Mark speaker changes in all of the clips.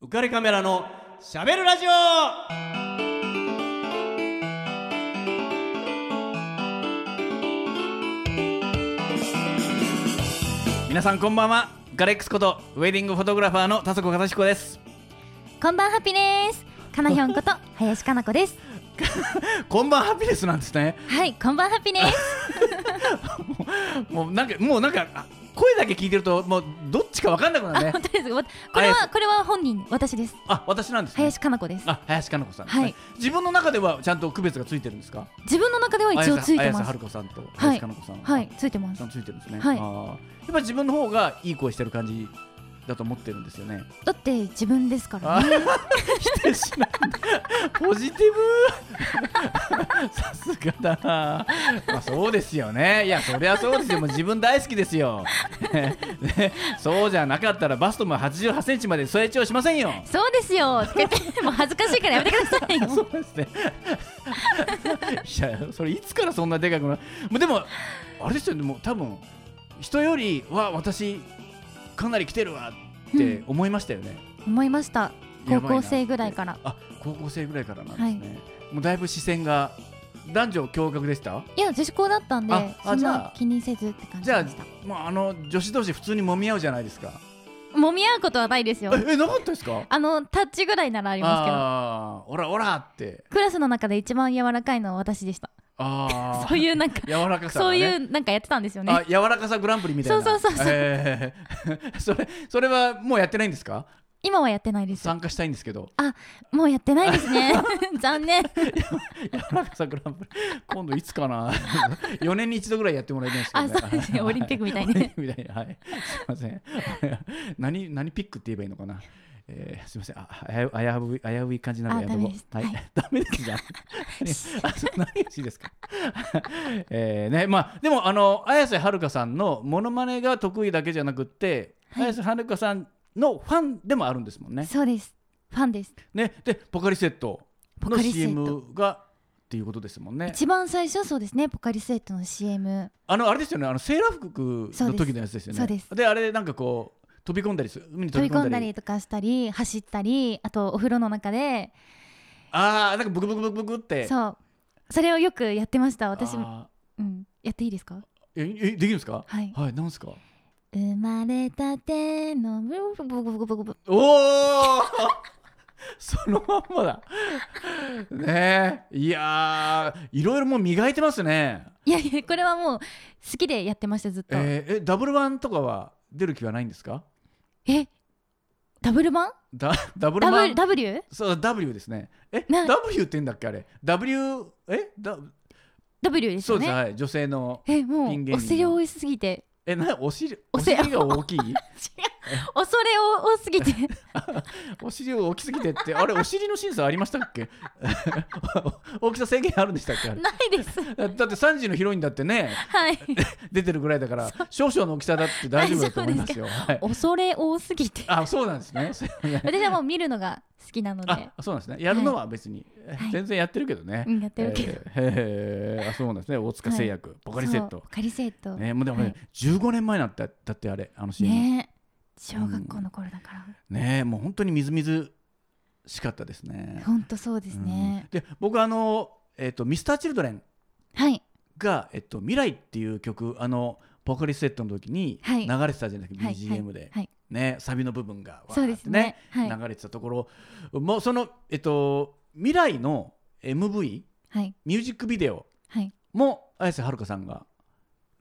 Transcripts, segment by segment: Speaker 1: 浮かれカメラのしゃべるラジオ
Speaker 2: 皆さんこんばんはガレックスことウェディングフォトグラファーの田底和彦です
Speaker 3: こんばんハッピーです。かなひょんこと林かな 子です。
Speaker 2: こんばんハピネスなんですね
Speaker 3: はい、こんばんハッピーです。
Speaker 2: もうなんかもうなんかあ声だけ聞いてるともうどっちかわかんなくな
Speaker 3: あ、
Speaker 2: るね
Speaker 3: 本当です。わこれはこれは本人私です。
Speaker 2: あ私なんですね
Speaker 3: 林かな子です。
Speaker 2: あ林かな子さんですね、
Speaker 3: はい
Speaker 2: 自分の中ではちゃんと区別がついてるんですか
Speaker 3: 自分の中では一応ついて
Speaker 2: 綾瀬は
Speaker 3: ます
Speaker 2: る。かさんと
Speaker 3: はい
Speaker 2: 林かな子さん
Speaker 3: はい、ついてま
Speaker 2: ち
Speaker 3: す
Speaker 2: ゃ。んとついてるんですね、
Speaker 3: はい
Speaker 2: あーやっぱり自分の方がいい声してる感じだと思ってるんですよね
Speaker 3: だって自分ですから
Speaker 2: あ
Speaker 3: ね。
Speaker 2: 否定しないんだポジティブ さすがだなまあそうですよねいやそりゃそうですよもう自分大好きですよ、ねねそうじゃなかったらバストも8 8ンチまで成長しませんよ
Speaker 3: そうですよ。つけてもう恥ずかしいからやめてください
Speaker 2: そ
Speaker 3: よ。
Speaker 2: うですねいやそれいつからそんなでかくなもうでもあれですよねもう多分人よりは私かなり来てるわって思いましたよね、
Speaker 3: 思いました。
Speaker 2: やばい
Speaker 3: 高
Speaker 2: な
Speaker 3: 校生ぐらいから。
Speaker 2: あ高校生ぐらいからなんですね、もうだいぶ視線が男女共学でした
Speaker 3: いや、自主校だったんで
Speaker 2: ああ、
Speaker 3: そん
Speaker 2: じゃあ
Speaker 3: な気にせずって感じ
Speaker 2: じゃ
Speaker 3: で
Speaker 2: あ
Speaker 3: した。
Speaker 2: もうあの女子同士普通に揉み合うじゃないですか
Speaker 3: 揉み合うことはないですよ。
Speaker 2: ええなかったですか
Speaker 3: あのタッチぐらいならありますけど。
Speaker 2: あーオラオラって
Speaker 3: クラスの中で一番柔らかいのは私でした。
Speaker 2: ああ
Speaker 3: そういうなんか
Speaker 2: 柔らかさ
Speaker 3: そ
Speaker 2: が
Speaker 3: う
Speaker 2: ね、
Speaker 3: いうなんかやってたんですよね。
Speaker 2: あ柔らかさグランプリみたいな
Speaker 3: そうそうそうそう
Speaker 2: えー それそれはもうやってないんですか
Speaker 3: 今はやってないです。
Speaker 2: 参加したいんですけど
Speaker 3: もうやってないで すね。 残念。
Speaker 2: 柔らかさグランプリ今度いつかな 4年に一度ぐらいやってもらいたいんですけど、
Speaker 3: あ、
Speaker 2: ね、
Speaker 3: そうですね。オリンピックみたい
Speaker 2: オリン
Speaker 3: に。
Speaker 2: ピックみたいなはい。すいません。何、何ピックって言えばいいのかな。えー、すみません。あ、あや、あやぶい、危うい感じなので
Speaker 3: あ
Speaker 2: やめとこう。
Speaker 3: ダメです
Speaker 2: はい。ダメですじ ゃん。 あ、そう、何がしいですか。 えー、ね、まあ、でも、あの、綾瀬はるかさんのモノマネが得意だけじゃなくって。
Speaker 3: はい
Speaker 2: 綾瀬はるかさんのファンでもあるんですもんね。
Speaker 3: そうです。ファンです。
Speaker 2: ね、で、ポカリセット
Speaker 3: ポ
Speaker 2: の
Speaker 3: カリスエット。
Speaker 2: CM が。っていうことですもんね。
Speaker 3: 一番最初はそうですね。ポカリスエットの CM。
Speaker 2: あのあれですよね、あのセーラー服の時のやつですよね。
Speaker 3: そうですそう
Speaker 2: あれなんかこう飛び込んだりする、海に飛
Speaker 3: 飛
Speaker 2: び
Speaker 3: び
Speaker 2: 込
Speaker 3: 込
Speaker 2: んだ
Speaker 3: んだ
Speaker 2: り。
Speaker 3: りとかしたり、走ったり、あとお風呂の中で、
Speaker 2: ああなんかブクブクブクブクって。
Speaker 3: そう。それをよくやってました。私、う
Speaker 2: あ
Speaker 3: ん。やっていいですか
Speaker 2: ーええできるんですか。
Speaker 3: はい。
Speaker 2: はい、なんですか。
Speaker 3: 生まれたてのブルブルブルブルブルブル
Speaker 2: おお。 そのまんまだ。ねえ、いやー、いろいろもう磨いてますね。
Speaker 3: いやいや、これはもう好きでやってました、ずっと。
Speaker 2: えーえ、ダブルワンとかは出る気はないんですか。
Speaker 3: えダブル版
Speaker 2: だ、ダブル
Speaker 3: ダ
Speaker 2: ワ
Speaker 3: ブル
Speaker 2: ン。
Speaker 3: W?
Speaker 2: そう、W ですね。え、
Speaker 3: な
Speaker 2: W って言うんだっけ、あれ。W、え、だ、
Speaker 3: W です
Speaker 2: そう
Speaker 3: よ
Speaker 2: です、
Speaker 3: ね。
Speaker 2: はい、女性の。
Speaker 3: え、も
Speaker 2: ピン芸
Speaker 3: う、
Speaker 2: 人
Speaker 3: お世を多すぎて。
Speaker 2: え、な、お尻、お
Speaker 3: おせ
Speaker 2: 尻が大きい。
Speaker 3: 違う恐れ多多すぎて
Speaker 2: お尻が大きすぎてって、あれ、お尻の審査ありましたっけ。 大きさ制限あるんでしたっけ。あれ
Speaker 3: ないです
Speaker 2: だだって3時のヒロインだってね
Speaker 3: はい
Speaker 2: 出てるぐらいだから少々の大きさだって大丈夫だと思いますよ。はい、
Speaker 3: 恐れ多すぎて
Speaker 2: あそうなんですね。すいません
Speaker 3: 私はもう見るのが好きなので
Speaker 2: あそうなんですね。やるのは別に、
Speaker 3: はい
Speaker 2: 全然やってるけどね。
Speaker 3: うんやってるけど、
Speaker 2: えーへーあそうなんですね。大塚製薬、ポカリセッ
Speaker 3: そう
Speaker 2: ト。
Speaker 3: ポカリセットね
Speaker 2: ね、もうでも、
Speaker 3: は
Speaker 2: ね
Speaker 3: い
Speaker 2: 十15年前なんだだってあれあの CM ね
Speaker 3: 小学校の頃だから、
Speaker 2: もう本当にみずみずしかったですね。
Speaker 3: ほんとそうですね、
Speaker 2: うんで僕あのえっ、とミスターチルドレン
Speaker 3: はい
Speaker 2: が、えっと、未来っていう曲あのポカリスエットの時に
Speaker 3: は
Speaker 2: 流
Speaker 3: い
Speaker 2: れてたじゃないですか、
Speaker 3: はい
Speaker 2: BGM で、
Speaker 3: はい
Speaker 2: ねサビの部分がわーって
Speaker 3: そうですねはい、
Speaker 2: 流れてたところもうそのえっと未来の MV
Speaker 3: はい
Speaker 2: ミュージックビデオ
Speaker 3: はい
Speaker 2: も綾瀬はるかさんが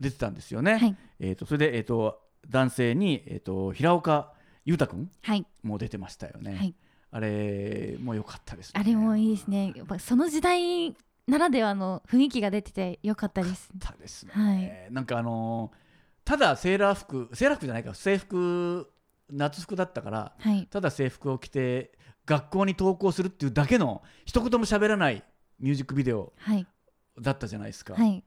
Speaker 2: 出てたんですよね、
Speaker 3: はい
Speaker 2: えっとそれでえっと男性にえっと平岡裕太君
Speaker 3: はい
Speaker 2: も出てましたよね、
Speaker 3: はい
Speaker 2: あれも良かったですね
Speaker 3: あれもいいですねやっぱその時代ならではの雰囲気が出ててよかったです
Speaker 2: 良かったですね、
Speaker 3: はい
Speaker 2: なんかあのーただセーラー服セーラー服じゃないか制服夏服だったから
Speaker 3: はい
Speaker 2: ただ制服を着て学校に登校するっていうだけの一言も喋らないミュージックビデオ
Speaker 3: はい
Speaker 2: だったじゃないですか、
Speaker 3: はい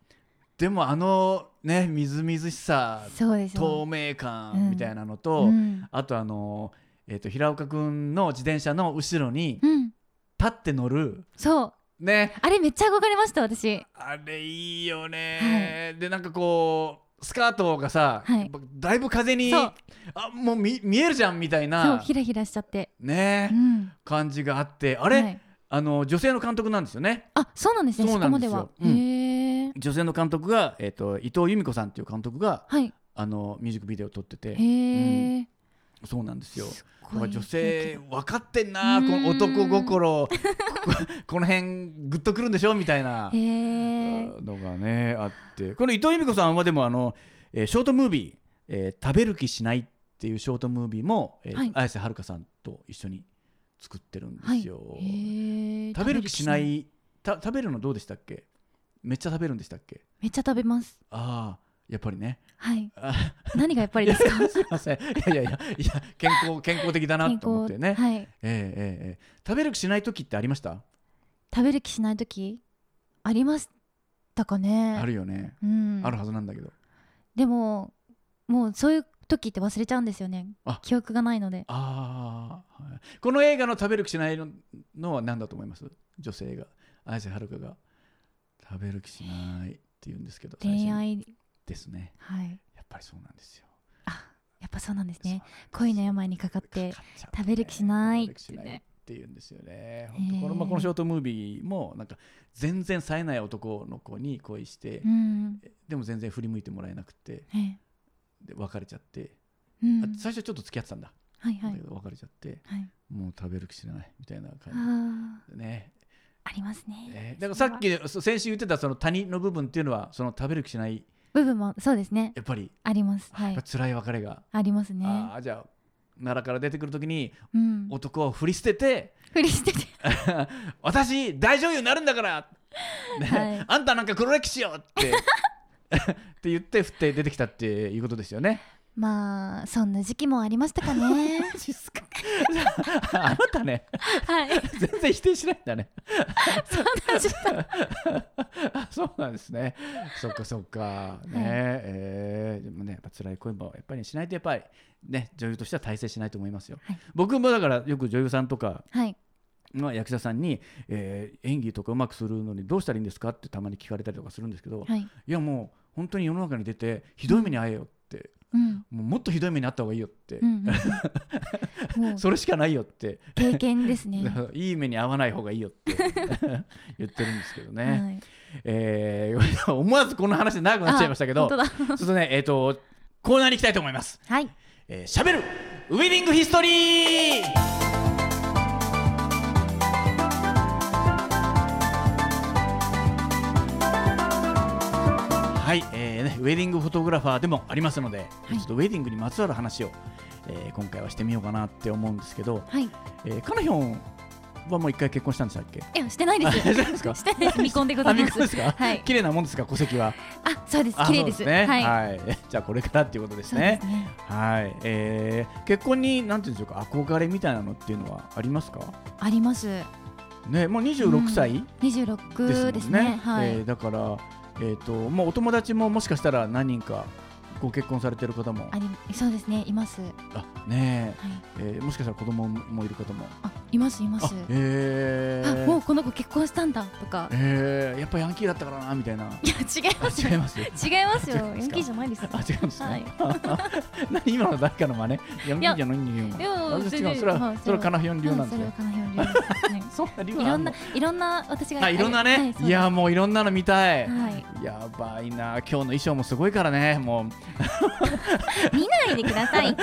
Speaker 2: でもあのねみずみずしさ
Speaker 3: そうです
Speaker 2: 透
Speaker 3: よ、
Speaker 2: 明
Speaker 3: う
Speaker 2: 感
Speaker 3: ん
Speaker 2: みたいなのと、
Speaker 3: うん
Speaker 2: あとあのーえー、と平岡君の自転車の後ろに
Speaker 3: うん、
Speaker 2: 立って乗る
Speaker 3: そう
Speaker 2: ね
Speaker 3: あれめっちゃ憧れました私
Speaker 2: あれいいよね、でなんかこスカートがさ、
Speaker 3: はい
Speaker 2: やっぱだいぶ風に
Speaker 3: そう
Speaker 2: あもう見見えるじゃんみたい
Speaker 3: そう
Speaker 2: な
Speaker 3: ひらひらしちゃって、
Speaker 2: ね、
Speaker 3: うん、
Speaker 2: 感じがあってあれ、
Speaker 3: はい
Speaker 2: あの女性の監督なんですよね
Speaker 3: あそうなんですね
Speaker 2: そう
Speaker 3: そ
Speaker 2: な
Speaker 3: こ
Speaker 2: ん
Speaker 3: ま
Speaker 2: です
Speaker 3: で
Speaker 2: よ
Speaker 3: は、
Speaker 2: うん
Speaker 3: へえ
Speaker 2: 女性の監督が、えっと伊藤由美子さんっていう監督が
Speaker 3: はい
Speaker 2: あのミュージックビデオを撮ってて
Speaker 3: へえ、
Speaker 2: そうなんですよ。
Speaker 3: すごい
Speaker 2: だから女性分かってんなこの男心こ この辺グッとくるんでしょみたいな
Speaker 3: へえ
Speaker 2: のがねあってこの伊藤由美子さんはでもあの、えーショートムービー、えー食べる気しない」っていうショートムービーも、えー
Speaker 3: はい
Speaker 2: 綾瀬はるかさんと一緒に作ってるんで
Speaker 3: はい
Speaker 2: すよ。
Speaker 3: へえ
Speaker 2: 食べる気しないた食べるのどうでしたっけめっちゃ食べるんでしたっけ
Speaker 3: めっちゃ食べます
Speaker 2: ああやっぱりね
Speaker 3: はい
Speaker 2: あ
Speaker 3: 何がやっぱりですか
Speaker 2: すいませんいやいやいやいや健康健康的だなと思ってね、
Speaker 3: はい
Speaker 2: ええええええ食べる気しない時ってありました、
Speaker 3: 食べる気しない時ありましたかね
Speaker 2: あるよね、
Speaker 3: うん
Speaker 2: あるはずなんだけど
Speaker 3: でももうそういう時って忘れちゃうんですよね
Speaker 2: あ
Speaker 3: 記憶がないので
Speaker 2: ああ、はいこの映画の食べる気しないののは何だと思います女性が綾瀬はるかが食べる気しないって言うんですけど最初に
Speaker 3: 恋愛
Speaker 2: ですね
Speaker 3: はい
Speaker 2: やっぱりそうなんですよ
Speaker 3: やっぱそうなんです
Speaker 2: そうなんで
Speaker 3: ね
Speaker 2: す
Speaker 3: 恋の病にかかって
Speaker 2: かかっちゃう
Speaker 3: 食べる気しない
Speaker 2: 食べる気しないって言うんですよね
Speaker 3: ね
Speaker 2: 本当このまあこのショートムービーもなんか全然冴えない男の子に恋して
Speaker 3: うん
Speaker 2: でも全然振り向いてもらえなくて
Speaker 3: ね
Speaker 2: で別れちゃって
Speaker 3: うん
Speaker 2: あ最初ちょっと付き合ってたんだ
Speaker 3: はい
Speaker 2: だ
Speaker 3: はい
Speaker 2: けど別れちゃって
Speaker 3: はい
Speaker 2: もう食べる気しないみたいな
Speaker 3: あ
Speaker 2: 感
Speaker 3: ー
Speaker 2: じでね
Speaker 3: ありますね
Speaker 2: ねだからさっきそう先週言ってたその谷の部分っていうのはその食べる気しない
Speaker 3: 部分もそうですね
Speaker 2: やっぱり、
Speaker 3: あります
Speaker 2: は、
Speaker 3: はい
Speaker 2: や
Speaker 3: い
Speaker 2: っぱ辛い別れが、
Speaker 3: ありますね
Speaker 2: ああじゃあ奈良から出てくる時に
Speaker 3: うん
Speaker 2: 男を振り捨てて
Speaker 3: ふりしてて
Speaker 2: 「 私大女優になるんだから!ね」
Speaker 3: はい
Speaker 2: あんたなんか黒歴史よ!」って って言って振って出てきたっていうことですよね。
Speaker 3: まあそんな時期もありましたかね
Speaker 2: あなたね
Speaker 3: はい
Speaker 2: 全然否定しないんだね。
Speaker 3: 私
Speaker 2: あそうなんですね。そっかそっか。ね、
Speaker 3: はい
Speaker 2: えーでもね、やっぱ辛い恋もやっぱりしないと、やっぱりね、女優としては大成しないと思いますよ。
Speaker 3: はい
Speaker 2: 僕もだから、よく女優さんとか、
Speaker 3: はい
Speaker 2: まあ、役者さんに、えー演技とかうまくするのにどうしたらいいんですかってたまに聞かれたりとかするんですけど、い、
Speaker 3: はい
Speaker 2: やもう本当に世の中に出て、ひどい目に遭えよって、
Speaker 3: うん
Speaker 2: もうもっとひどい目に遭った方がいいよって、
Speaker 3: うんうんもう
Speaker 2: それしかないよって、
Speaker 3: 経験ですね
Speaker 2: いい目に遭わない方がいいよって 言ってるんですけどね。
Speaker 3: はい
Speaker 2: えー 思わずこの話で長くなっちゃいましたけ
Speaker 3: あ
Speaker 2: ど、
Speaker 3: 本当だ
Speaker 2: ちょっとね、えっ、と、コーナーに行きたいと思います。
Speaker 3: はい
Speaker 2: えー、しゃべるウェディングヒストリーはい、えーね、ウェディングフォトグラファーでもありますので、
Speaker 3: い
Speaker 2: ちょっとウェディングにまつわる話を、えー今回はしてみようかなって思うんですけど、
Speaker 3: はい
Speaker 2: えー、かなひょんはもう一回結婚したんでしたっけ
Speaker 3: いやしてないで
Speaker 2: あ
Speaker 3: す
Speaker 2: してないですか
Speaker 3: してない です未婚でございま
Speaker 2: あ未婚です
Speaker 3: す
Speaker 2: か
Speaker 3: はい
Speaker 2: 綺麗なもんですか戸籍は
Speaker 3: あそうです
Speaker 2: あ
Speaker 3: 綺麗です
Speaker 2: そうね
Speaker 3: は
Speaker 2: はいい、 じゃあこれからっていうことです
Speaker 3: そうで
Speaker 2: ね
Speaker 3: すね
Speaker 2: はい、えー、結婚になんていうんでしょうか憧れみたいなのっていうのはありますか
Speaker 3: あります
Speaker 2: ねもう26歳ですもんね,、
Speaker 3: 26ですねはい、
Speaker 2: えーだからえっ、ともうお友達ももしかしたら何人かご結婚されてる方も
Speaker 3: ありそうですねいますはい
Speaker 2: あねええーもしかしたら子供もいる方も
Speaker 3: あいますいま
Speaker 2: あ
Speaker 3: す
Speaker 2: え
Speaker 3: あ
Speaker 2: ー、
Speaker 3: もうこの子結婚したんだとか
Speaker 2: えー、やっぱヤンキーだったからなみたいな
Speaker 3: いや違い
Speaker 2: あ
Speaker 3: ます
Speaker 2: 違います
Speaker 3: 違いますよ
Speaker 2: 違いますか
Speaker 3: ヤンキーじゃないですよ
Speaker 2: あ違うんですね、
Speaker 3: はい
Speaker 2: 何今の誰かの真似ヤンキーじゃないんだよ
Speaker 3: いや
Speaker 2: あれ
Speaker 3: 全
Speaker 2: 違
Speaker 3: 然
Speaker 2: うそれ
Speaker 3: は
Speaker 2: はいそれはカナヒョン流なんで
Speaker 3: そ
Speaker 2: す
Speaker 3: れは
Speaker 2: ね
Speaker 3: かなりの理由ですね
Speaker 2: そんな理由
Speaker 3: い
Speaker 2: はあ
Speaker 3: ろ
Speaker 2: ん
Speaker 3: ん
Speaker 2: の
Speaker 3: ないろんな私が
Speaker 2: あいろんな
Speaker 3: は
Speaker 2: ね
Speaker 3: そう
Speaker 2: いやもういろんなの見たい
Speaker 3: はい
Speaker 2: やばいな今日の衣装もすごいからねも
Speaker 3: 見ないでください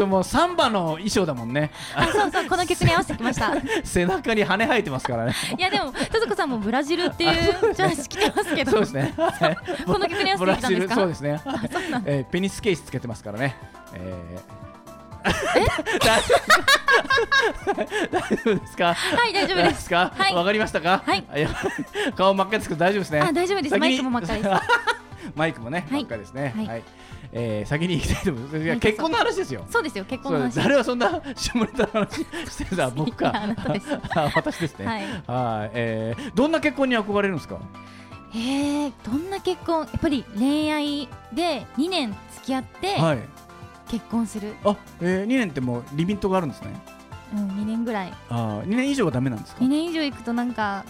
Speaker 2: うもうサンバの衣装だもんね
Speaker 3: あそうそうこの曲に合わせてきましたい
Speaker 2: 背中に羽生えてますからね
Speaker 3: やでもとずこさんもブラジルっていうジャージ着てますけど
Speaker 2: そうですねはい
Speaker 3: この曲に合
Speaker 2: ブ
Speaker 3: わせて
Speaker 2: ラ
Speaker 3: きた
Speaker 2: ジ
Speaker 3: んで
Speaker 2: ル
Speaker 3: すか
Speaker 2: そうですねえーペニスケースつけてますからねえー大丈夫ですか
Speaker 3: はい大
Speaker 2: 大丈
Speaker 3: 丈夫
Speaker 2: 夫
Speaker 3: で
Speaker 2: ですすか。
Speaker 3: はい
Speaker 2: わかりましたか。
Speaker 3: はい
Speaker 2: あ。や顔真っ赤ですけど大丈夫ですね。
Speaker 3: あ大丈夫です
Speaker 2: 先に
Speaker 3: マイクも真っ 赤です
Speaker 2: マイクもね、
Speaker 3: はい
Speaker 2: 真っ赤ですね。
Speaker 3: はい
Speaker 2: はい。えー先に行きたいと思います。い
Speaker 3: は
Speaker 2: や
Speaker 3: い
Speaker 2: 結婚の話ですよ。
Speaker 3: そうですよ結婚
Speaker 2: そ
Speaker 3: の
Speaker 2: うで
Speaker 3: 話
Speaker 2: す誰はそんな下ネタの話してるんだ僕
Speaker 3: いやあ
Speaker 2: か
Speaker 3: な たです
Speaker 2: あ私ですね
Speaker 3: は
Speaker 2: はい
Speaker 3: い
Speaker 2: えーどんな結婚に憧れるんですか
Speaker 3: へえどんな結婚やっぱり恋愛で2年付き合って
Speaker 2: はい
Speaker 3: 結婚する、
Speaker 2: あえー、2年ってもうリミットがあるんですね
Speaker 3: うん、2年ぐらい
Speaker 2: あー2年以上はダメなんですか
Speaker 3: 2年以上いくとなんか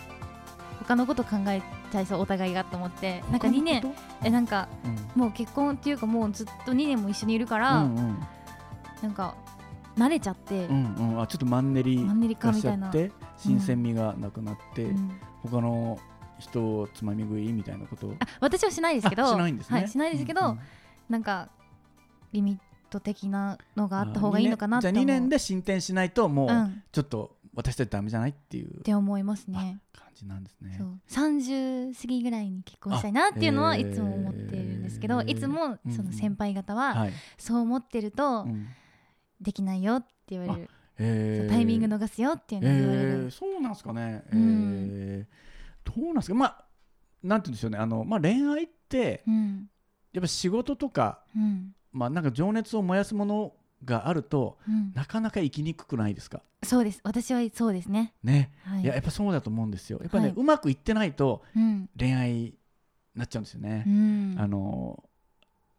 Speaker 3: 他のこと考えちゃいそうお互いがと思ってなんか
Speaker 2: 他の
Speaker 3: 2年
Speaker 2: こと
Speaker 3: えなんか
Speaker 2: うん
Speaker 3: もう結婚っていうかもうずっと2年も一緒にいるから、
Speaker 2: うんうん
Speaker 3: なんか慣れちゃって、
Speaker 2: うんうんあちょっとマンネリ
Speaker 3: マンネリ
Speaker 2: 化
Speaker 3: 化み
Speaker 2: しち
Speaker 3: た
Speaker 2: ゃ
Speaker 3: いな
Speaker 2: って新鮮味がなくなって、
Speaker 3: うん
Speaker 2: 他の人をつまみ食いみたいなことを
Speaker 3: あ私はしないですけど
Speaker 2: あしないんですね、
Speaker 3: はい、しないですけど、
Speaker 2: うんうん
Speaker 3: なんかリミット的なのがあった方がいいのかなって
Speaker 2: あ
Speaker 3: 思
Speaker 2: 二
Speaker 3: う
Speaker 2: 年じゃあ2年で進展しないともう、
Speaker 3: うん、っ
Speaker 2: ちょっと私たちダメじゃないっていう
Speaker 3: て思いますね
Speaker 2: 感じなんですね
Speaker 3: そ。う30過ぎぐらいに結婚したいなっていうの
Speaker 2: あ
Speaker 3: は
Speaker 2: へ
Speaker 3: い
Speaker 2: ー
Speaker 3: つも思ってるんですけど、いつもその先輩方は
Speaker 2: はい、
Speaker 3: そう思ってる
Speaker 2: う
Speaker 3: と
Speaker 2: ん
Speaker 3: できないよって言われる、
Speaker 2: え
Speaker 3: そう
Speaker 2: ー
Speaker 3: タイミング逃すよっていうのを言われる、
Speaker 2: えーそうなんですかね、
Speaker 3: うん
Speaker 2: えーどうなんですかまあなんて言うんでしょうねあの、まあ、恋愛って
Speaker 3: うん
Speaker 2: やっぱ仕事とか,、
Speaker 3: うん
Speaker 2: まあ、なんか情熱を燃やすものがあると
Speaker 3: うん、
Speaker 2: なかなか生きにくくないですか
Speaker 3: そうです私はそうですね
Speaker 2: ね、
Speaker 3: はい
Speaker 2: い、ややっぱそうだと思うんですよやっぱね、
Speaker 3: はいう
Speaker 2: まくいってないと
Speaker 3: うん
Speaker 2: 恋愛になっちゃうんですよね
Speaker 3: う、ん
Speaker 2: あの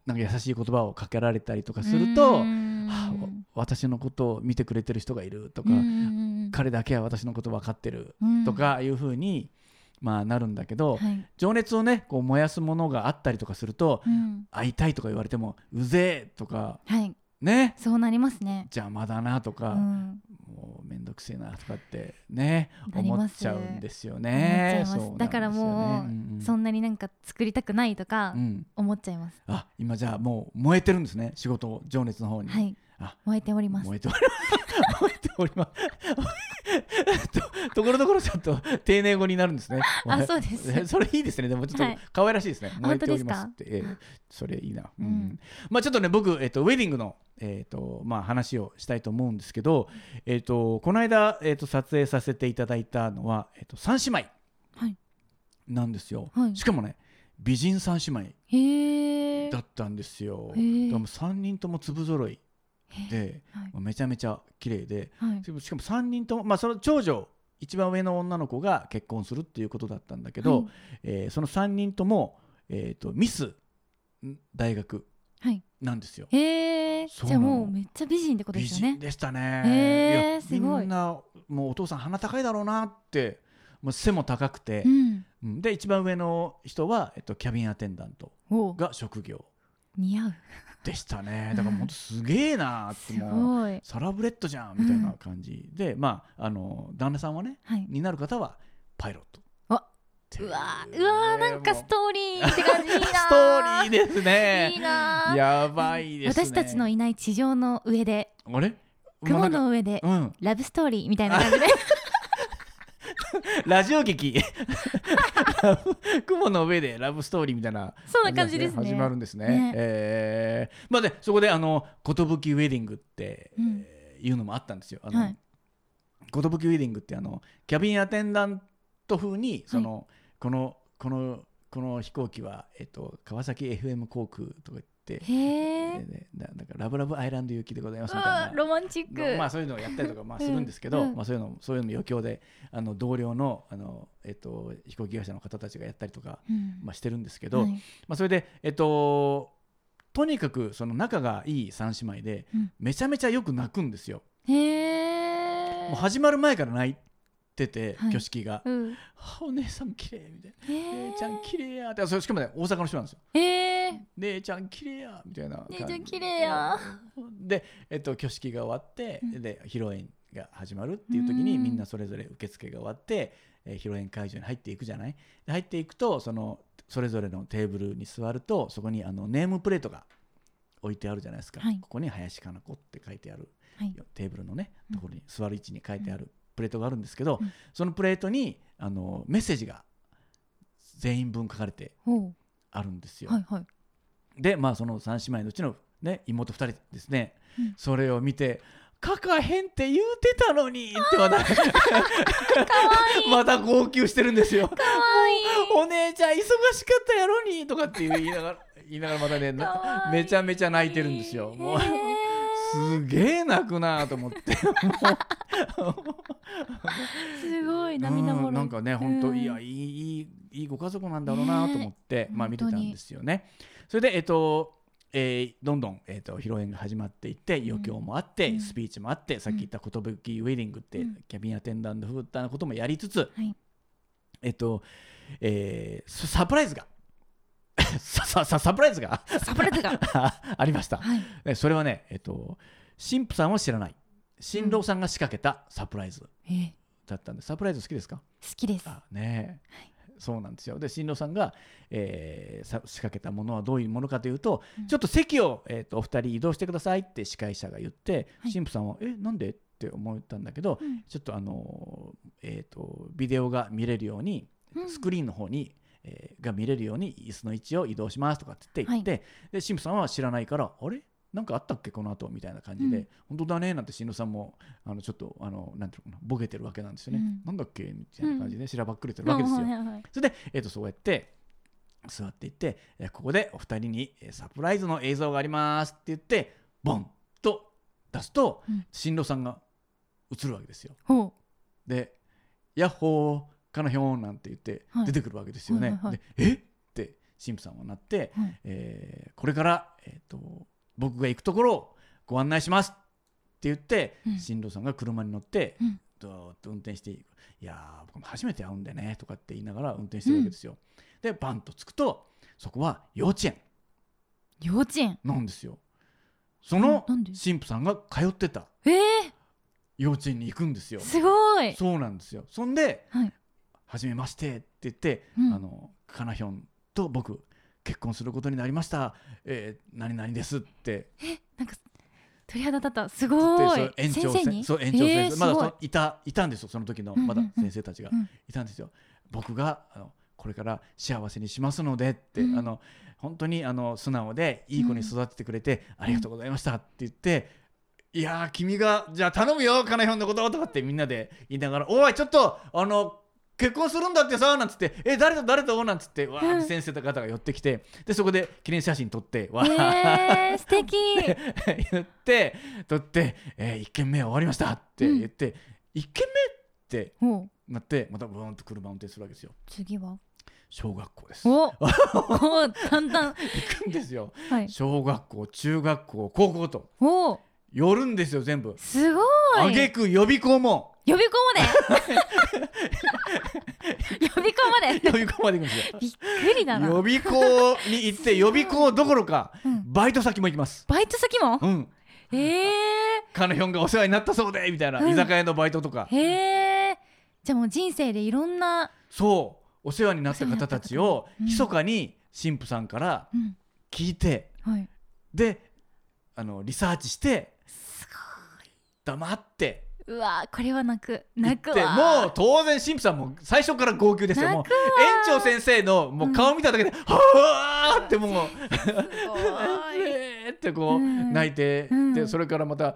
Speaker 2: なんか優しい言葉をかけられたりとかすると、
Speaker 3: うん
Speaker 2: はあわ私のことを見てくれてる人がいるとか、
Speaker 3: うん
Speaker 2: 彼だけは私のこと分かってる
Speaker 3: うん
Speaker 2: とかいうふうに、まあ、なるんだけど、
Speaker 3: はい
Speaker 2: 情熱をねこう燃やすものがあったりとかすると、
Speaker 3: うん
Speaker 2: 会いたいとか言われてもうぜえとか
Speaker 3: はい
Speaker 2: ね
Speaker 3: そうなりますね
Speaker 2: 邪魔だなと
Speaker 3: う
Speaker 2: か、
Speaker 3: ん
Speaker 2: もうめんどくせえなとかってね
Speaker 3: なり
Speaker 2: 思
Speaker 3: ま
Speaker 2: っ
Speaker 3: す
Speaker 2: ちゃうんですよ
Speaker 3: 思
Speaker 2: ね
Speaker 3: っちゃ
Speaker 2: そ
Speaker 3: います
Speaker 2: うなんですよね
Speaker 3: だからもう
Speaker 2: うんうん
Speaker 3: そんなになんか作りたくないとか
Speaker 2: うん
Speaker 3: 思っちゃいます、
Speaker 2: あ今じゃあもう燃えてるんですね仕事情熱の方に、
Speaker 3: はい
Speaker 2: あ
Speaker 3: 燃えております
Speaker 2: 燃えております燃えておりますとところどころちょっと丁寧語になるんですね
Speaker 3: あそうです
Speaker 2: え それいいですねでもちょ
Speaker 3: は
Speaker 2: っ
Speaker 3: い
Speaker 2: と可愛らしいですね、燃え
Speaker 3: 本当
Speaker 2: てお
Speaker 3: で
Speaker 2: り
Speaker 3: すか
Speaker 2: ますって、ええそれいいな、うん
Speaker 3: うん
Speaker 2: まあちょっとね僕、えっとウェディングの、えっとまあ、話をしたいと思うんですけど、えっとこの間、えっと撮影させていただいたのは、えっと三姉妹
Speaker 3: はい
Speaker 2: なんですよ、
Speaker 3: はい
Speaker 2: しかもね美人三姉妹
Speaker 3: へえ
Speaker 2: だったんですよ、
Speaker 3: へえ
Speaker 2: でも3人とも粒揃い
Speaker 3: へえ
Speaker 2: で、
Speaker 3: はい
Speaker 2: まあめちゃめちゃ綺麗で
Speaker 3: はい
Speaker 2: しかもしかも3人とも、まあ、その長女一番上の女の子が結婚するっていうことだったんだけど、
Speaker 3: はい
Speaker 2: えーその3人とも、えー、とミスん大学
Speaker 3: はい
Speaker 2: なんですよ。
Speaker 3: へえ
Speaker 2: そう
Speaker 3: じゃあも
Speaker 2: な
Speaker 3: う
Speaker 2: の
Speaker 3: めっちゃ美人ってことで
Speaker 2: 美
Speaker 3: すよ
Speaker 2: 人
Speaker 3: ね
Speaker 2: でしたね。
Speaker 3: へー
Speaker 2: いや
Speaker 3: すごい
Speaker 2: みんなもうお父さん鼻高いだろうなってもう背も高くて
Speaker 3: う、ん
Speaker 2: うんで一番上の人は、えっと、キャビンアテンダント
Speaker 3: おう
Speaker 2: が職業
Speaker 3: 似合う
Speaker 2: でしたね。だから本当すげえなーって
Speaker 3: す
Speaker 2: もう
Speaker 3: ごい
Speaker 2: サラブレッドじゃんみたいな感じで、まああの旦那さんはね
Speaker 3: はい
Speaker 2: になる方はパイロット
Speaker 3: あ
Speaker 2: っていうね
Speaker 3: わーうわーなんかストーリーって感じいいな
Speaker 2: ストーリーです
Speaker 3: いい
Speaker 2: ね
Speaker 3: なー
Speaker 2: やばいですね
Speaker 3: 私たちのいない地上の上で
Speaker 2: あれ
Speaker 3: 雲の上で
Speaker 2: うん
Speaker 3: ラブストーリーみたいな感じで
Speaker 2: ラジオ劇 雲の上でラブストーリーみたいな
Speaker 3: そんな感じですね
Speaker 2: 始まるんですね
Speaker 3: ね
Speaker 2: えーまあでそこであの「寿ウェディング」って
Speaker 3: うん
Speaker 2: えーいうのもあったんですよあの、
Speaker 3: はい
Speaker 2: 寿ウェディングってあのキャビンアテンダント風にその、このこのこの飛行機は、えっと、川崎 FM 航空とか言って、
Speaker 3: へえ
Speaker 2: えーねななんかラブラブアイランド行きでございますみたいな
Speaker 3: わーロマンチッ
Speaker 2: の
Speaker 3: ク
Speaker 2: まあそういうのをやったりとかまあするんですけど、
Speaker 3: うん
Speaker 2: まあそういうのそういうの余興であの同僚のあのえっと飛行機会社の方たちがやったりとか
Speaker 3: うん
Speaker 2: まあしてるんですけど、
Speaker 3: はい
Speaker 2: まあそれでえっととにかくその仲がいい三姉妹で
Speaker 3: うん
Speaker 2: めちゃめちゃよく泣くんですよ。
Speaker 3: へえ
Speaker 2: もう始まる前から泣いてて、
Speaker 3: はい
Speaker 2: 挙式が、
Speaker 3: うん
Speaker 2: あお姉さん綺麗みたい
Speaker 3: へ
Speaker 2: な、
Speaker 3: え
Speaker 2: 姉ちゃん綺麗やってそれしかもね大阪の人なんですよ。
Speaker 3: へえ
Speaker 2: 姉ちゃん綺麗やみたいな感じ
Speaker 3: 姉ちゃん綺麗や
Speaker 2: で、えっと、挙式が終わって、
Speaker 3: うん
Speaker 2: で披露宴が始まるっていう時に
Speaker 3: うん
Speaker 2: みんなそれぞれ受付が終わって、えー披露宴会場に入っていくじゃないで入っていくとそのそれぞれのテーブルに座るとそこにあのネームプレートが置いてあるじゃないですか、
Speaker 3: はい
Speaker 2: ここに「林加奈子」って書いてある
Speaker 3: はい
Speaker 2: テーブルのね
Speaker 3: うん
Speaker 2: ところに座る位置に書いてあるプレートがあるんですけど、
Speaker 3: うん
Speaker 2: そのプレートにあのメッセージが全員分書かれて
Speaker 3: おう
Speaker 2: あるんですよ。
Speaker 3: はいはい
Speaker 2: でまあその三姉妹のうちの、ね、妹2人ですね、
Speaker 3: うん
Speaker 2: それを見て「書かへんって言うてたのに」ってまた また号泣してるんですよ。
Speaker 3: かわいい
Speaker 2: お姉ちゃん忙しかったやろにとかって言いなが ら言いながらまたねな
Speaker 3: かわいい
Speaker 2: めちゃめちゃ泣いてるんですよ。もう
Speaker 3: へー
Speaker 2: すげえ泣くなと思 って
Speaker 3: すごい涙もろ
Speaker 2: う
Speaker 3: い
Speaker 2: んなんかね本当、
Speaker 3: うん
Speaker 2: いやいいいいいいご家族なんだろうなと思って、
Speaker 3: え
Speaker 2: まあ見てた
Speaker 3: 本
Speaker 2: ん
Speaker 3: 当に
Speaker 2: ですよね。それでえっ、と、えーどんどん、えー、と披露宴が始まっていって余興もあって、
Speaker 3: うん
Speaker 2: スピーチもあって、さっき言った「寿ウェディング」って、
Speaker 3: うん
Speaker 2: キャビンアテンダント風なこともやりつつ、
Speaker 3: はい
Speaker 2: えっと、えーササプライズが さささサプライズが
Speaker 3: サプライズが
Speaker 2: ありました、
Speaker 3: はい
Speaker 2: ねそれはね、えっと、神父さんは知らない新郎さんが仕掛けたサプライズ
Speaker 3: えー好
Speaker 2: だったんでサプライズ好きですか
Speaker 3: きです
Speaker 2: あねえ、そうなんですよで新郎さんが、えーさ仕掛けたものはどういうものかというと、
Speaker 3: うん
Speaker 2: ちょっと席を、えー、とお二人移動してくださいって司会者が言って、
Speaker 3: はい
Speaker 2: 神父さんは「えなんで?」って思ったんだけど、
Speaker 3: うん
Speaker 2: ちょっとあのーえっ、とビデオが見れるように
Speaker 3: うん
Speaker 2: スクリーンの方に、えーが見れるように椅子の位置を移動しますとかって言って行って、で神父さんは知らないからあれなんかあったっけこの後みたいな感じで、
Speaker 3: うん
Speaker 2: 本当だねなんて新郎さんもあのちょっとあのなんていうのかなボケてるわけなんですよね、
Speaker 3: うん
Speaker 2: なんだっけみたいな感じでしらばっくれてるわけですよ、
Speaker 3: はいはいはい
Speaker 2: それで、えー、とそうやって座っていってえーここでお二人にえーサプライズの映像がありますって言ってボンと出すと、
Speaker 3: うん
Speaker 2: 新郎さんが映るわけですよ
Speaker 3: ほ
Speaker 2: で「ヤッホーカナヒョン」なんて言って
Speaker 3: はい
Speaker 2: 出てくるわけですよね。
Speaker 3: はいはいはい
Speaker 2: でえって神父さんはなって、
Speaker 3: うはい
Speaker 2: えーこれから、えー、と僕が行くところをご案内しますって言って、
Speaker 3: うん
Speaker 2: 新郎さんが車に乗って、
Speaker 3: うん
Speaker 2: ドーッと運転していく「いやー僕も初めて会うんでね」とかって言いながら運転してるわけですよ。でバンと着くとそこは幼稚園
Speaker 3: 幼稚園
Speaker 2: なんですよ。その
Speaker 3: ななんで
Speaker 2: 神父さんが通ってた
Speaker 3: え
Speaker 2: 幼稚園に行くんですよ
Speaker 3: ー、。すごい
Speaker 2: そうなんですよ。そんで、
Speaker 3: はい
Speaker 2: はじめましてって言って、
Speaker 3: うん
Speaker 2: あのカナヒョンと僕結婚することになりました。えー、何々ですって
Speaker 3: なんか鳥肌立ったす
Speaker 2: 言
Speaker 3: ご
Speaker 2: って
Speaker 3: い
Speaker 2: そう園長
Speaker 3: 先生
Speaker 2: 先
Speaker 3: に
Speaker 2: そう園長先生、
Speaker 3: えーす
Speaker 2: まだそ
Speaker 3: ごい
Speaker 2: のいたいたんですよその時の
Speaker 3: うんうん
Speaker 2: まだ先生たちが、
Speaker 3: うん
Speaker 2: いたんですよ。僕があのこれから幸せにしますのでって、
Speaker 3: うん
Speaker 2: あの本当にあの素直でいい子に育ててくれて、ありがとうございましたって言って。いやー君がじゃあ頼むよカナヒョンのこととかってみんなで言いながら「おいちょっとあの結婚するんだってさ」なんつって「え誰と誰と?」なんつってわーって先生の方が寄ってきてでそこで記念写真撮ってわー
Speaker 3: えー、素敵
Speaker 2: 言って撮って、え1軒目終わりましたって言って、1軒目って
Speaker 3: ほう
Speaker 2: なってまたブーンと車運転するわけですよ
Speaker 3: 次は
Speaker 2: 小学校です行
Speaker 3: おおーだんだん
Speaker 2: くんですよ
Speaker 3: はい
Speaker 2: 小学校中学校高校と
Speaker 3: おー
Speaker 2: 寄るんですよ全部
Speaker 3: すごい
Speaker 2: あげく予備校も
Speaker 3: 予備校まで予備校まで
Speaker 2: 予備校まで行くんです よ
Speaker 3: びっくりだな、
Speaker 2: 予備校に行って予備校どころか
Speaker 3: うん
Speaker 2: バイト先も行きます
Speaker 3: バイト先も
Speaker 2: うん
Speaker 3: え
Speaker 2: カナヒョンがお世話になったそうでみたいな
Speaker 3: うん
Speaker 2: 居酒屋のバイトとか
Speaker 3: ー、へーじゃあもう人生でいろんな、
Speaker 2: そうお世話になった方たちを
Speaker 3: うん
Speaker 2: 密かに神父さんから
Speaker 3: うん
Speaker 2: 聞いて
Speaker 3: はい、
Speaker 2: であのリサーチして
Speaker 3: す
Speaker 2: 黙って
Speaker 3: ごいうわーこれは泣く泣く
Speaker 2: で
Speaker 3: わ
Speaker 2: もう当然神父さんも最初から号泣ですよもう
Speaker 3: 泣
Speaker 2: 園長先生のもう顔見ただけで「はあ!」ってもう
Speaker 3: す
Speaker 2: 「
Speaker 3: ごい
Speaker 2: えーってこう
Speaker 3: うん
Speaker 2: 泣いて、
Speaker 3: うん
Speaker 2: でそれからまた「あ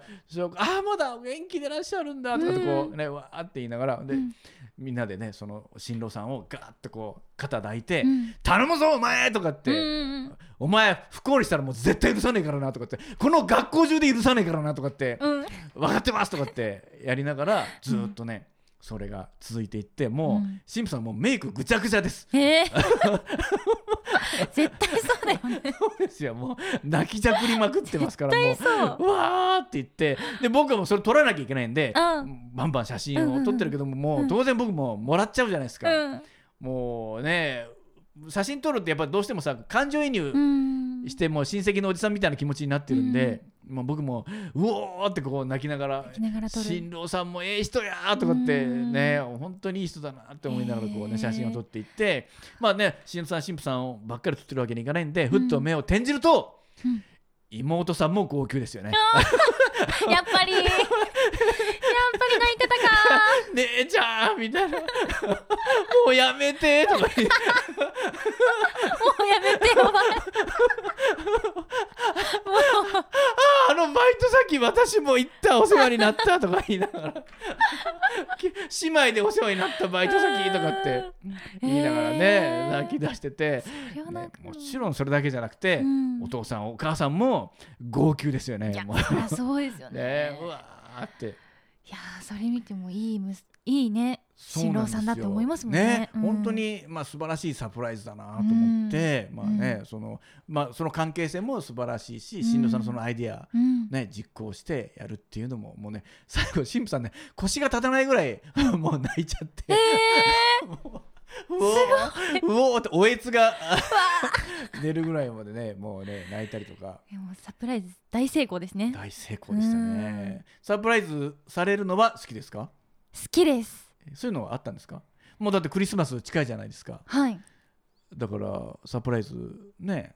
Speaker 2: あまだお元気でいらっしゃるんだ」とかってこうね、わーって言いながらで、
Speaker 3: うん
Speaker 2: みんなでねその新郎さんをガーッとこう肩抱いて「
Speaker 3: うん
Speaker 2: 頼むぞお前!」とかって。
Speaker 3: うん
Speaker 2: お前不幸にしたらもう絶対許さねえからなとかってこの学校中で許さねえからなとかって
Speaker 3: うん
Speaker 2: 分かってますとかってやりながらずーっとね、それが続いていってもう、
Speaker 3: うん
Speaker 2: 神父さんもうメイクぐちゃぐちゃです。
Speaker 3: えー、絶対そうだよね
Speaker 2: そうですよもう泣きじゃくりまくってますからもう
Speaker 3: 絶対そう
Speaker 2: うわーって言ってで僕はもうそれ撮らなきゃいけないんで
Speaker 3: うん
Speaker 2: バンバン写真を撮ってるけども、もう当然僕ももらっちゃうじゃないですか、
Speaker 3: うん
Speaker 2: もうね写真撮るってやっぱどうしてもさ感情移入
Speaker 3: うん
Speaker 2: してもう親戚のおじさんみたいな気持ちになってるんで、もう僕もうおーってこう泣きながら
Speaker 3: きながら撮る
Speaker 2: 新郎さんもええ人やーとかって
Speaker 3: うん
Speaker 2: ね本当にいい人だなって思いながらこう
Speaker 3: へー
Speaker 2: ね写真を撮っていってまあね新郎さん新婦さんをばっかり撮ってるわけにいかないんでふっと目を転じると
Speaker 3: うん
Speaker 2: 妹さんも号泣ですよね。
Speaker 3: やっぱりやっぱり泣いてたか
Speaker 2: 姉ちゃんみたいな もうやめてとか言って
Speaker 3: もうやめてよお前
Speaker 2: あのバイト先私も行ったお世話になったとか言いながら 姉妹でお世話になったバイト先とかって言いながら
Speaker 3: へ
Speaker 2: ね
Speaker 3: ー
Speaker 2: 泣き出してて、
Speaker 3: それはな
Speaker 2: ね
Speaker 3: んか
Speaker 2: もちろんそれだけじゃなくて、
Speaker 3: うん
Speaker 2: お父さんお母さんも号泣ですよね
Speaker 3: いや
Speaker 2: も
Speaker 3: そりゃ
Speaker 2: う
Speaker 3: そうですよね
Speaker 2: ねうわーって
Speaker 3: いやーそれ見てもいいむすいいね新郎さんだって思いますもんねうん
Speaker 2: 本当にまあ素晴らしいサプライズだなと思って、
Speaker 3: ん
Speaker 2: まあねそのまあその関係性も素晴らしいし新郎さんのそのアイディア、
Speaker 3: うん
Speaker 2: ね、実行してやるっていうのももうね 最後神父さんね腰が立たないぐらい もう泣いちゃって、もううおうおっておえつが 出るぐらいまでねもうね泣いたりとか
Speaker 3: いやもうサプライズ大成功ですね。好
Speaker 2: 大成功でしたねサプライズされるのは好きですか
Speaker 3: きです。
Speaker 2: そういうのはあったんですかもうだってクリスマス近いじゃないですか
Speaker 3: はい。
Speaker 2: だからサプライズね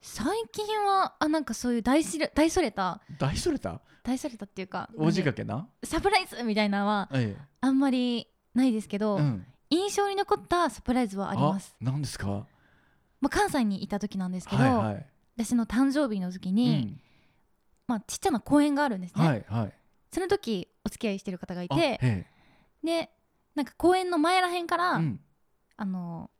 Speaker 3: 最近はあなんかそういう大しれ大それた
Speaker 2: 大それた
Speaker 3: 大それたっていうか、
Speaker 2: 大仕掛けな、
Speaker 3: サプライズみたいなのは
Speaker 2: え
Speaker 3: あんまりないですけ
Speaker 2: え
Speaker 3: ど、
Speaker 2: うん、
Speaker 3: 印象に残ったサプライズはあります。
Speaker 2: 何ですかは
Speaker 3: まあ関西にいた時なんですけ
Speaker 2: い
Speaker 3: ど、
Speaker 2: はい、
Speaker 3: 私の誕生日の時
Speaker 2: う
Speaker 3: に、
Speaker 2: ん、
Speaker 3: まあちっちゃな公演があるんですね。
Speaker 2: はいはい
Speaker 3: その時お付き合いしてる方がい
Speaker 2: あ
Speaker 3: て、
Speaker 2: え
Speaker 3: でなんか公演の前らへんか
Speaker 2: え
Speaker 3: ら、
Speaker 2: うん、
Speaker 3: あの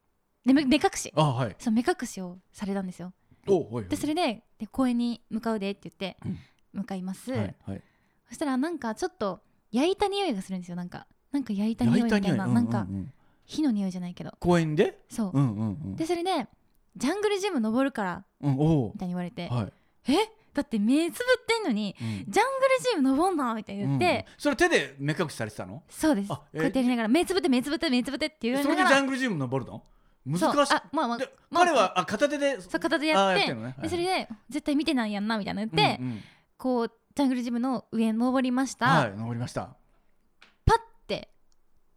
Speaker 3: 目目隠し
Speaker 2: あはい
Speaker 3: そう目隠しをされたんですよ。
Speaker 2: おおいおい
Speaker 3: でそれでで公園に向かうでって言って
Speaker 2: うん
Speaker 3: 向かいます、
Speaker 2: はいはい
Speaker 3: そしたらなんかちょっと焼いた匂いがするんですよなんかなんか焼いた匂
Speaker 2: 焼
Speaker 3: い
Speaker 2: い
Speaker 3: み
Speaker 2: た
Speaker 3: た
Speaker 2: 匂い
Speaker 3: いななんか
Speaker 2: うんうんうん
Speaker 3: 火の匂いじゃないけど
Speaker 2: 公園で
Speaker 3: そう、
Speaker 2: うんうんうん
Speaker 3: でそれでジャングルジム登るから
Speaker 2: うんお
Speaker 3: みたいに言われて、
Speaker 2: おはい、
Speaker 3: えだって目つぶってんのに
Speaker 2: うん
Speaker 3: ジャングルジム登んなみたいに言って、
Speaker 2: うんそれ手で目隠しされてたの
Speaker 3: そうです
Speaker 2: あ
Speaker 3: こ
Speaker 2: え
Speaker 3: うやってやりながら目つぶって目つぶって目つぶってって言われ
Speaker 2: そ
Speaker 3: な
Speaker 2: れで
Speaker 3: が
Speaker 2: ジャ
Speaker 3: ら
Speaker 2: ングルジム登るの難
Speaker 3: そう
Speaker 2: しい
Speaker 3: あまあまあ
Speaker 2: で
Speaker 3: まあ
Speaker 2: 彼はあ片手で
Speaker 3: そう片手
Speaker 2: あー
Speaker 3: や
Speaker 2: や
Speaker 3: っ
Speaker 2: っててんのねはい
Speaker 3: でそれで絶対見てないやんなみたいなの言って、
Speaker 2: うんうん
Speaker 3: こうジャングルジムの上登りました、
Speaker 2: はい登りました
Speaker 3: パッて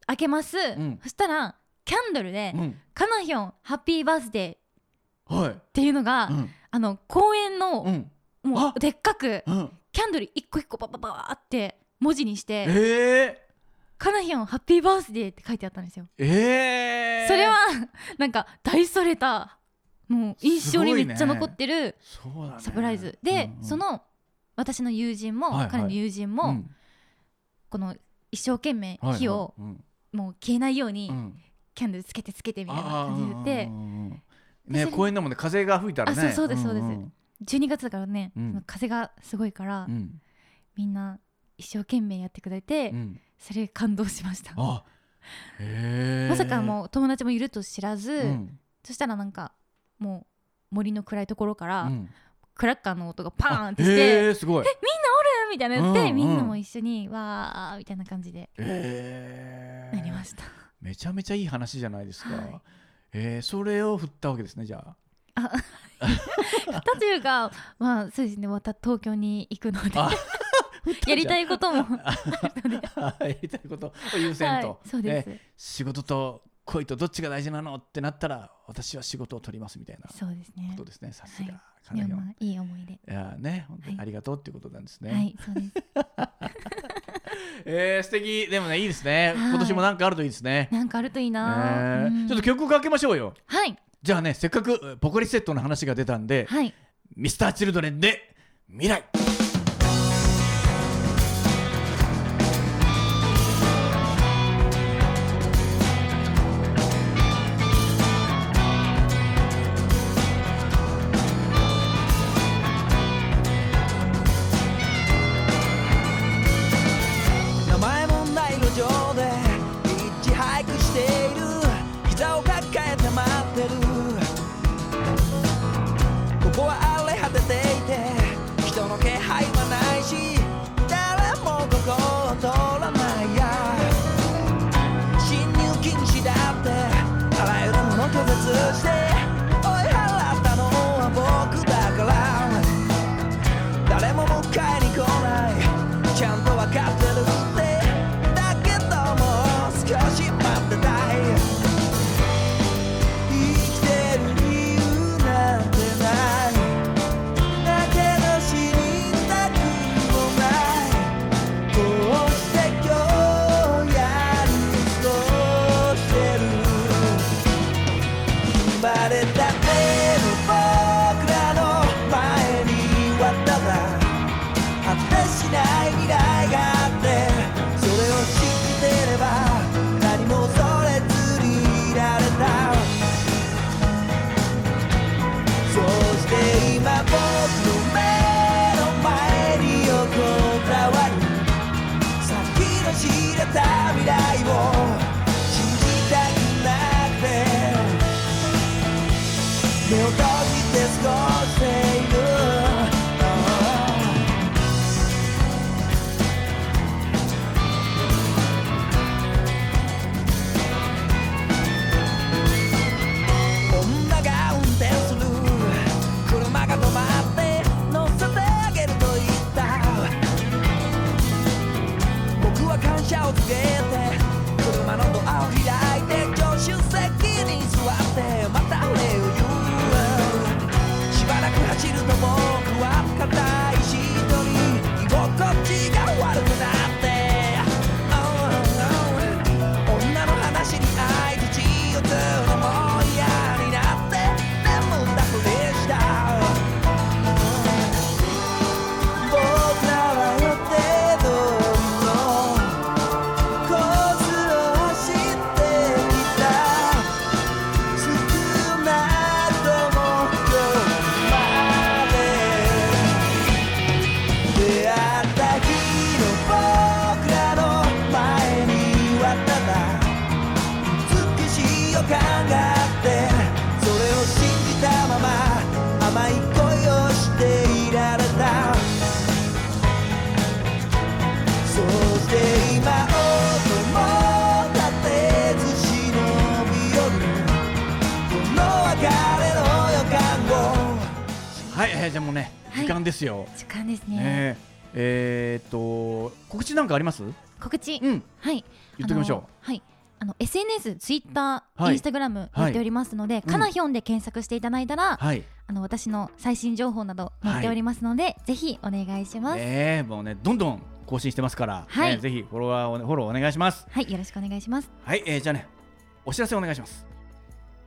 Speaker 3: 開けます、
Speaker 2: ん
Speaker 3: そしたらキャンドルで
Speaker 2: うん
Speaker 3: 「カナヒョンハッピーバースデー」っ
Speaker 2: はい
Speaker 3: ていうのが、
Speaker 2: うん
Speaker 3: あの公園の、
Speaker 2: ん
Speaker 3: も
Speaker 2: あ
Speaker 3: うでっかく
Speaker 2: うん
Speaker 3: キャンドル一個一個ババババーって文字にして
Speaker 2: え
Speaker 3: 「カナヒョンハッピーバースデー」って書いてあったんですよ。
Speaker 2: ーえー
Speaker 3: それはなんか大それたもう印象にめっちゃ
Speaker 2: すごいね
Speaker 3: 残ってる
Speaker 2: そうだね
Speaker 3: サプライズ、で、
Speaker 2: うんうん
Speaker 3: その私の友人も、
Speaker 2: はいはい
Speaker 3: 彼の友人
Speaker 2: う
Speaker 3: も、
Speaker 2: ん
Speaker 3: この一生懸命
Speaker 2: はいはい
Speaker 3: 火を
Speaker 2: うん
Speaker 3: もう消えないように
Speaker 2: うん
Speaker 3: キャンドルつけてつけてみたいな
Speaker 2: あー
Speaker 3: 感じで言って。
Speaker 2: うんうんうん
Speaker 3: で
Speaker 2: ね
Speaker 3: それ
Speaker 2: 公園だもんね風が吹いたらね
Speaker 3: あそうそうですそうです
Speaker 2: んん
Speaker 3: 12月だからね、
Speaker 2: うん
Speaker 3: その風がすごいから、
Speaker 2: うん
Speaker 3: みんな一生懸命やってくれて、
Speaker 2: うん
Speaker 3: それ感動しました、
Speaker 2: あえー
Speaker 3: まさかもう友達もいると知らず、
Speaker 2: うん
Speaker 3: そしたらなんかもう森の暗いところか
Speaker 2: う
Speaker 3: ら、
Speaker 2: ん
Speaker 3: クラッカーの音がパーンってして「
Speaker 2: えーすごい
Speaker 3: みたいなやって、
Speaker 2: うんうん
Speaker 3: みんなも一緒に「わー」みたいな感じで
Speaker 2: えー
Speaker 3: なりました、
Speaker 2: めちゃめちゃいい話じゃないですか。
Speaker 3: はい
Speaker 2: えーそれを振ったわけですね、じゃあ。
Speaker 3: だというかまあそうですねまた東京に行くので
Speaker 2: あ
Speaker 3: やりた
Speaker 2: い。
Speaker 3: いこと も
Speaker 2: やりたいことを優先と。
Speaker 3: はい、そうです、
Speaker 2: えー仕事と恋とどっちが大事なのってなったら、私は仕事を取りますみたいなこ
Speaker 3: そうですね
Speaker 2: とですね、さす
Speaker 3: は
Speaker 2: が。か
Speaker 3: い
Speaker 2: な
Speaker 3: や
Speaker 2: りの
Speaker 3: まあいい思い出、
Speaker 2: いやーね、本当に
Speaker 3: はい
Speaker 2: ありがとうっていうことなんですね。
Speaker 3: はいそ うです
Speaker 2: えー素敵でもね、いいですね。
Speaker 3: はい
Speaker 2: 今年もなんかあるといいですね。
Speaker 3: なんかあるといい
Speaker 2: え
Speaker 3: な、
Speaker 2: ー
Speaker 3: うん
Speaker 2: ちょっと曲かけましょうよ。
Speaker 3: はい
Speaker 2: じゃあね、せっかくえーポコリスエットの話が出たんで、
Speaker 3: はい
Speaker 2: ミスターチルドレンで未来
Speaker 4: 名前もない路上でヒッチハイクしている膝を抱えて待ってるここは荒れ果てていて人の気配はないし誰もここを通らないや侵入禁止だってあらゆるもの拒絶して追い払ったのは僕だから誰も迎えに来ないちゃんと分かってるってだけどもう少し待ってたい生きてる理由なんてないだけど死にたくもないこうして今日やり過ごしてる生まれたての僕らの前にはただ果てしない未来があってそれを知ってれば何もそれずにいられたそして今僕の目の前に横たわる先の知れた未来を信じたくなくて目を閉じて過ごしている間があってそれを信じたまま甘い恋をしていられたそして今音も立てず忍び寄るこの別れの予感を
Speaker 2: はい、えーじゃあもうね、
Speaker 3: はい
Speaker 2: 時間ですよ。
Speaker 3: 時間ですね。
Speaker 2: ねええーっと告知なんかあります？
Speaker 3: 告知。
Speaker 2: うん。
Speaker 3: はい。
Speaker 2: 言っときましょう
Speaker 3: あの。はい。あの SNS、ツイッタ
Speaker 2: は
Speaker 3: ー、
Speaker 2: い
Speaker 3: インスタグラムやっておりますので、
Speaker 2: うん
Speaker 3: かなひょんで検索していただいたら、
Speaker 2: はい。
Speaker 3: あの私の最新情報など載っておりますので、ぜひお願いします。
Speaker 2: ねえもうねどんどん更新してますから、
Speaker 3: はい
Speaker 2: ねぜひフォロワーをねフォローお願いします。
Speaker 3: はい、よろしくお願いします。
Speaker 2: はい、えーじゃあねお知らせお願いします。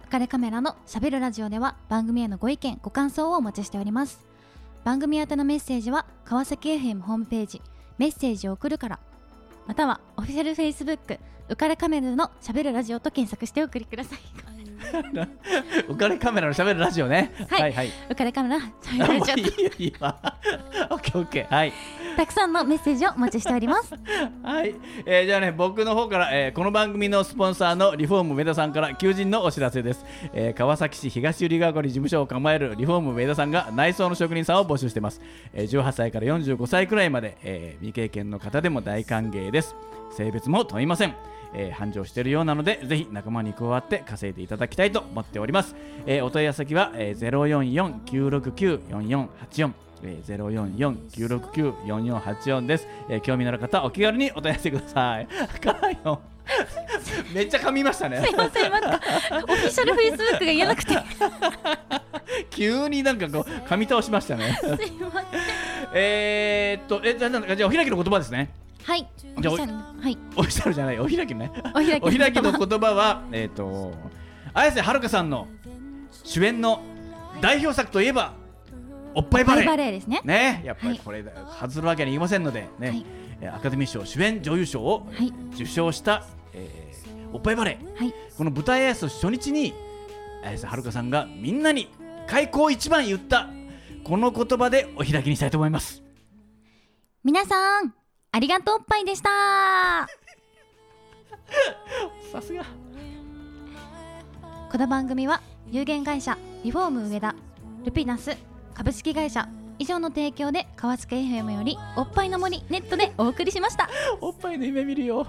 Speaker 3: 浮かれカメラのしゃべるラジオでは番組へのご意見ご感想をお待ちしております番組宛てのメッセージは川崎 FM ホームページメッセージを送るからまたはオフィシャル Facebook 浮かれカメラのしゃべるラジオと検索してお送りください
Speaker 2: お金カメラの喋るラジオね。
Speaker 3: はい
Speaker 2: はい、 はい
Speaker 3: 浮かれカメラのしゃべ
Speaker 2: あ
Speaker 3: る
Speaker 2: も
Speaker 3: ラジ
Speaker 2: うい
Speaker 3: オと
Speaker 2: いよいいわ。 オッケーオッケーはい
Speaker 3: たくさんのメッセージをお待ちしております
Speaker 2: はい、えーじゃあね僕の方から、えーこの番組のスポンサーのリフォーム上田さんから求人のお知らせです、えー川崎市東百合ヶ丘に事務所を構えるリフォーム上田さんが内装の職人さんを募集してます、えー18歳から45歳くらいまで、えー未経験の方でも大歓迎です性別も問いません、えー繁盛しているようなのでぜひ仲間に加わって稼いでいただきたいと思っております、えーお問い合わせ先は、えー、044-969-4484えー、044-969-4484です、えー興味のある方はお気軽にお問い合わせください 辛いのめっちゃ噛みましたね
Speaker 3: すいませんなんかオフィシャル Facebook が言えなくてすい
Speaker 2: 急になんかこう噛み倒しましたね
Speaker 3: ません
Speaker 2: えーっとえじゃあなんだじゃあお開きの言葉ですね
Speaker 3: はいオフ
Speaker 2: じゃあ
Speaker 3: ィシャルはい
Speaker 2: おひるじゃないお開きね
Speaker 3: お開き
Speaker 2: お開きの言葉はえっ、と綾瀬はるかさんの主演の代表作といえばおっぱいバ
Speaker 3: バ
Speaker 2: レ
Speaker 3: レ
Speaker 2: ー
Speaker 3: バレーですね
Speaker 2: ねやっぱ
Speaker 3: は
Speaker 2: り
Speaker 3: い
Speaker 2: これ外るわけにはいきませんのでね、
Speaker 3: はい
Speaker 2: えーアカデミー賞主演女優賞を
Speaker 3: はい
Speaker 2: 受賞した、えーおっぱいバレー
Speaker 3: はい
Speaker 2: この舞台挨拶初日に綾瀬はるかさんがみんなに開口一番言ったこの言葉でお開きにしたいと思います
Speaker 3: 皆さんありがとうおっぱいでした
Speaker 2: さすが
Speaker 3: この番組は有限会社リフォーム上田ルピナス株式会社以上の提供で川崎 FM よりおっぱいの森ネットでお送りしました
Speaker 2: おっぱいの夢見るよ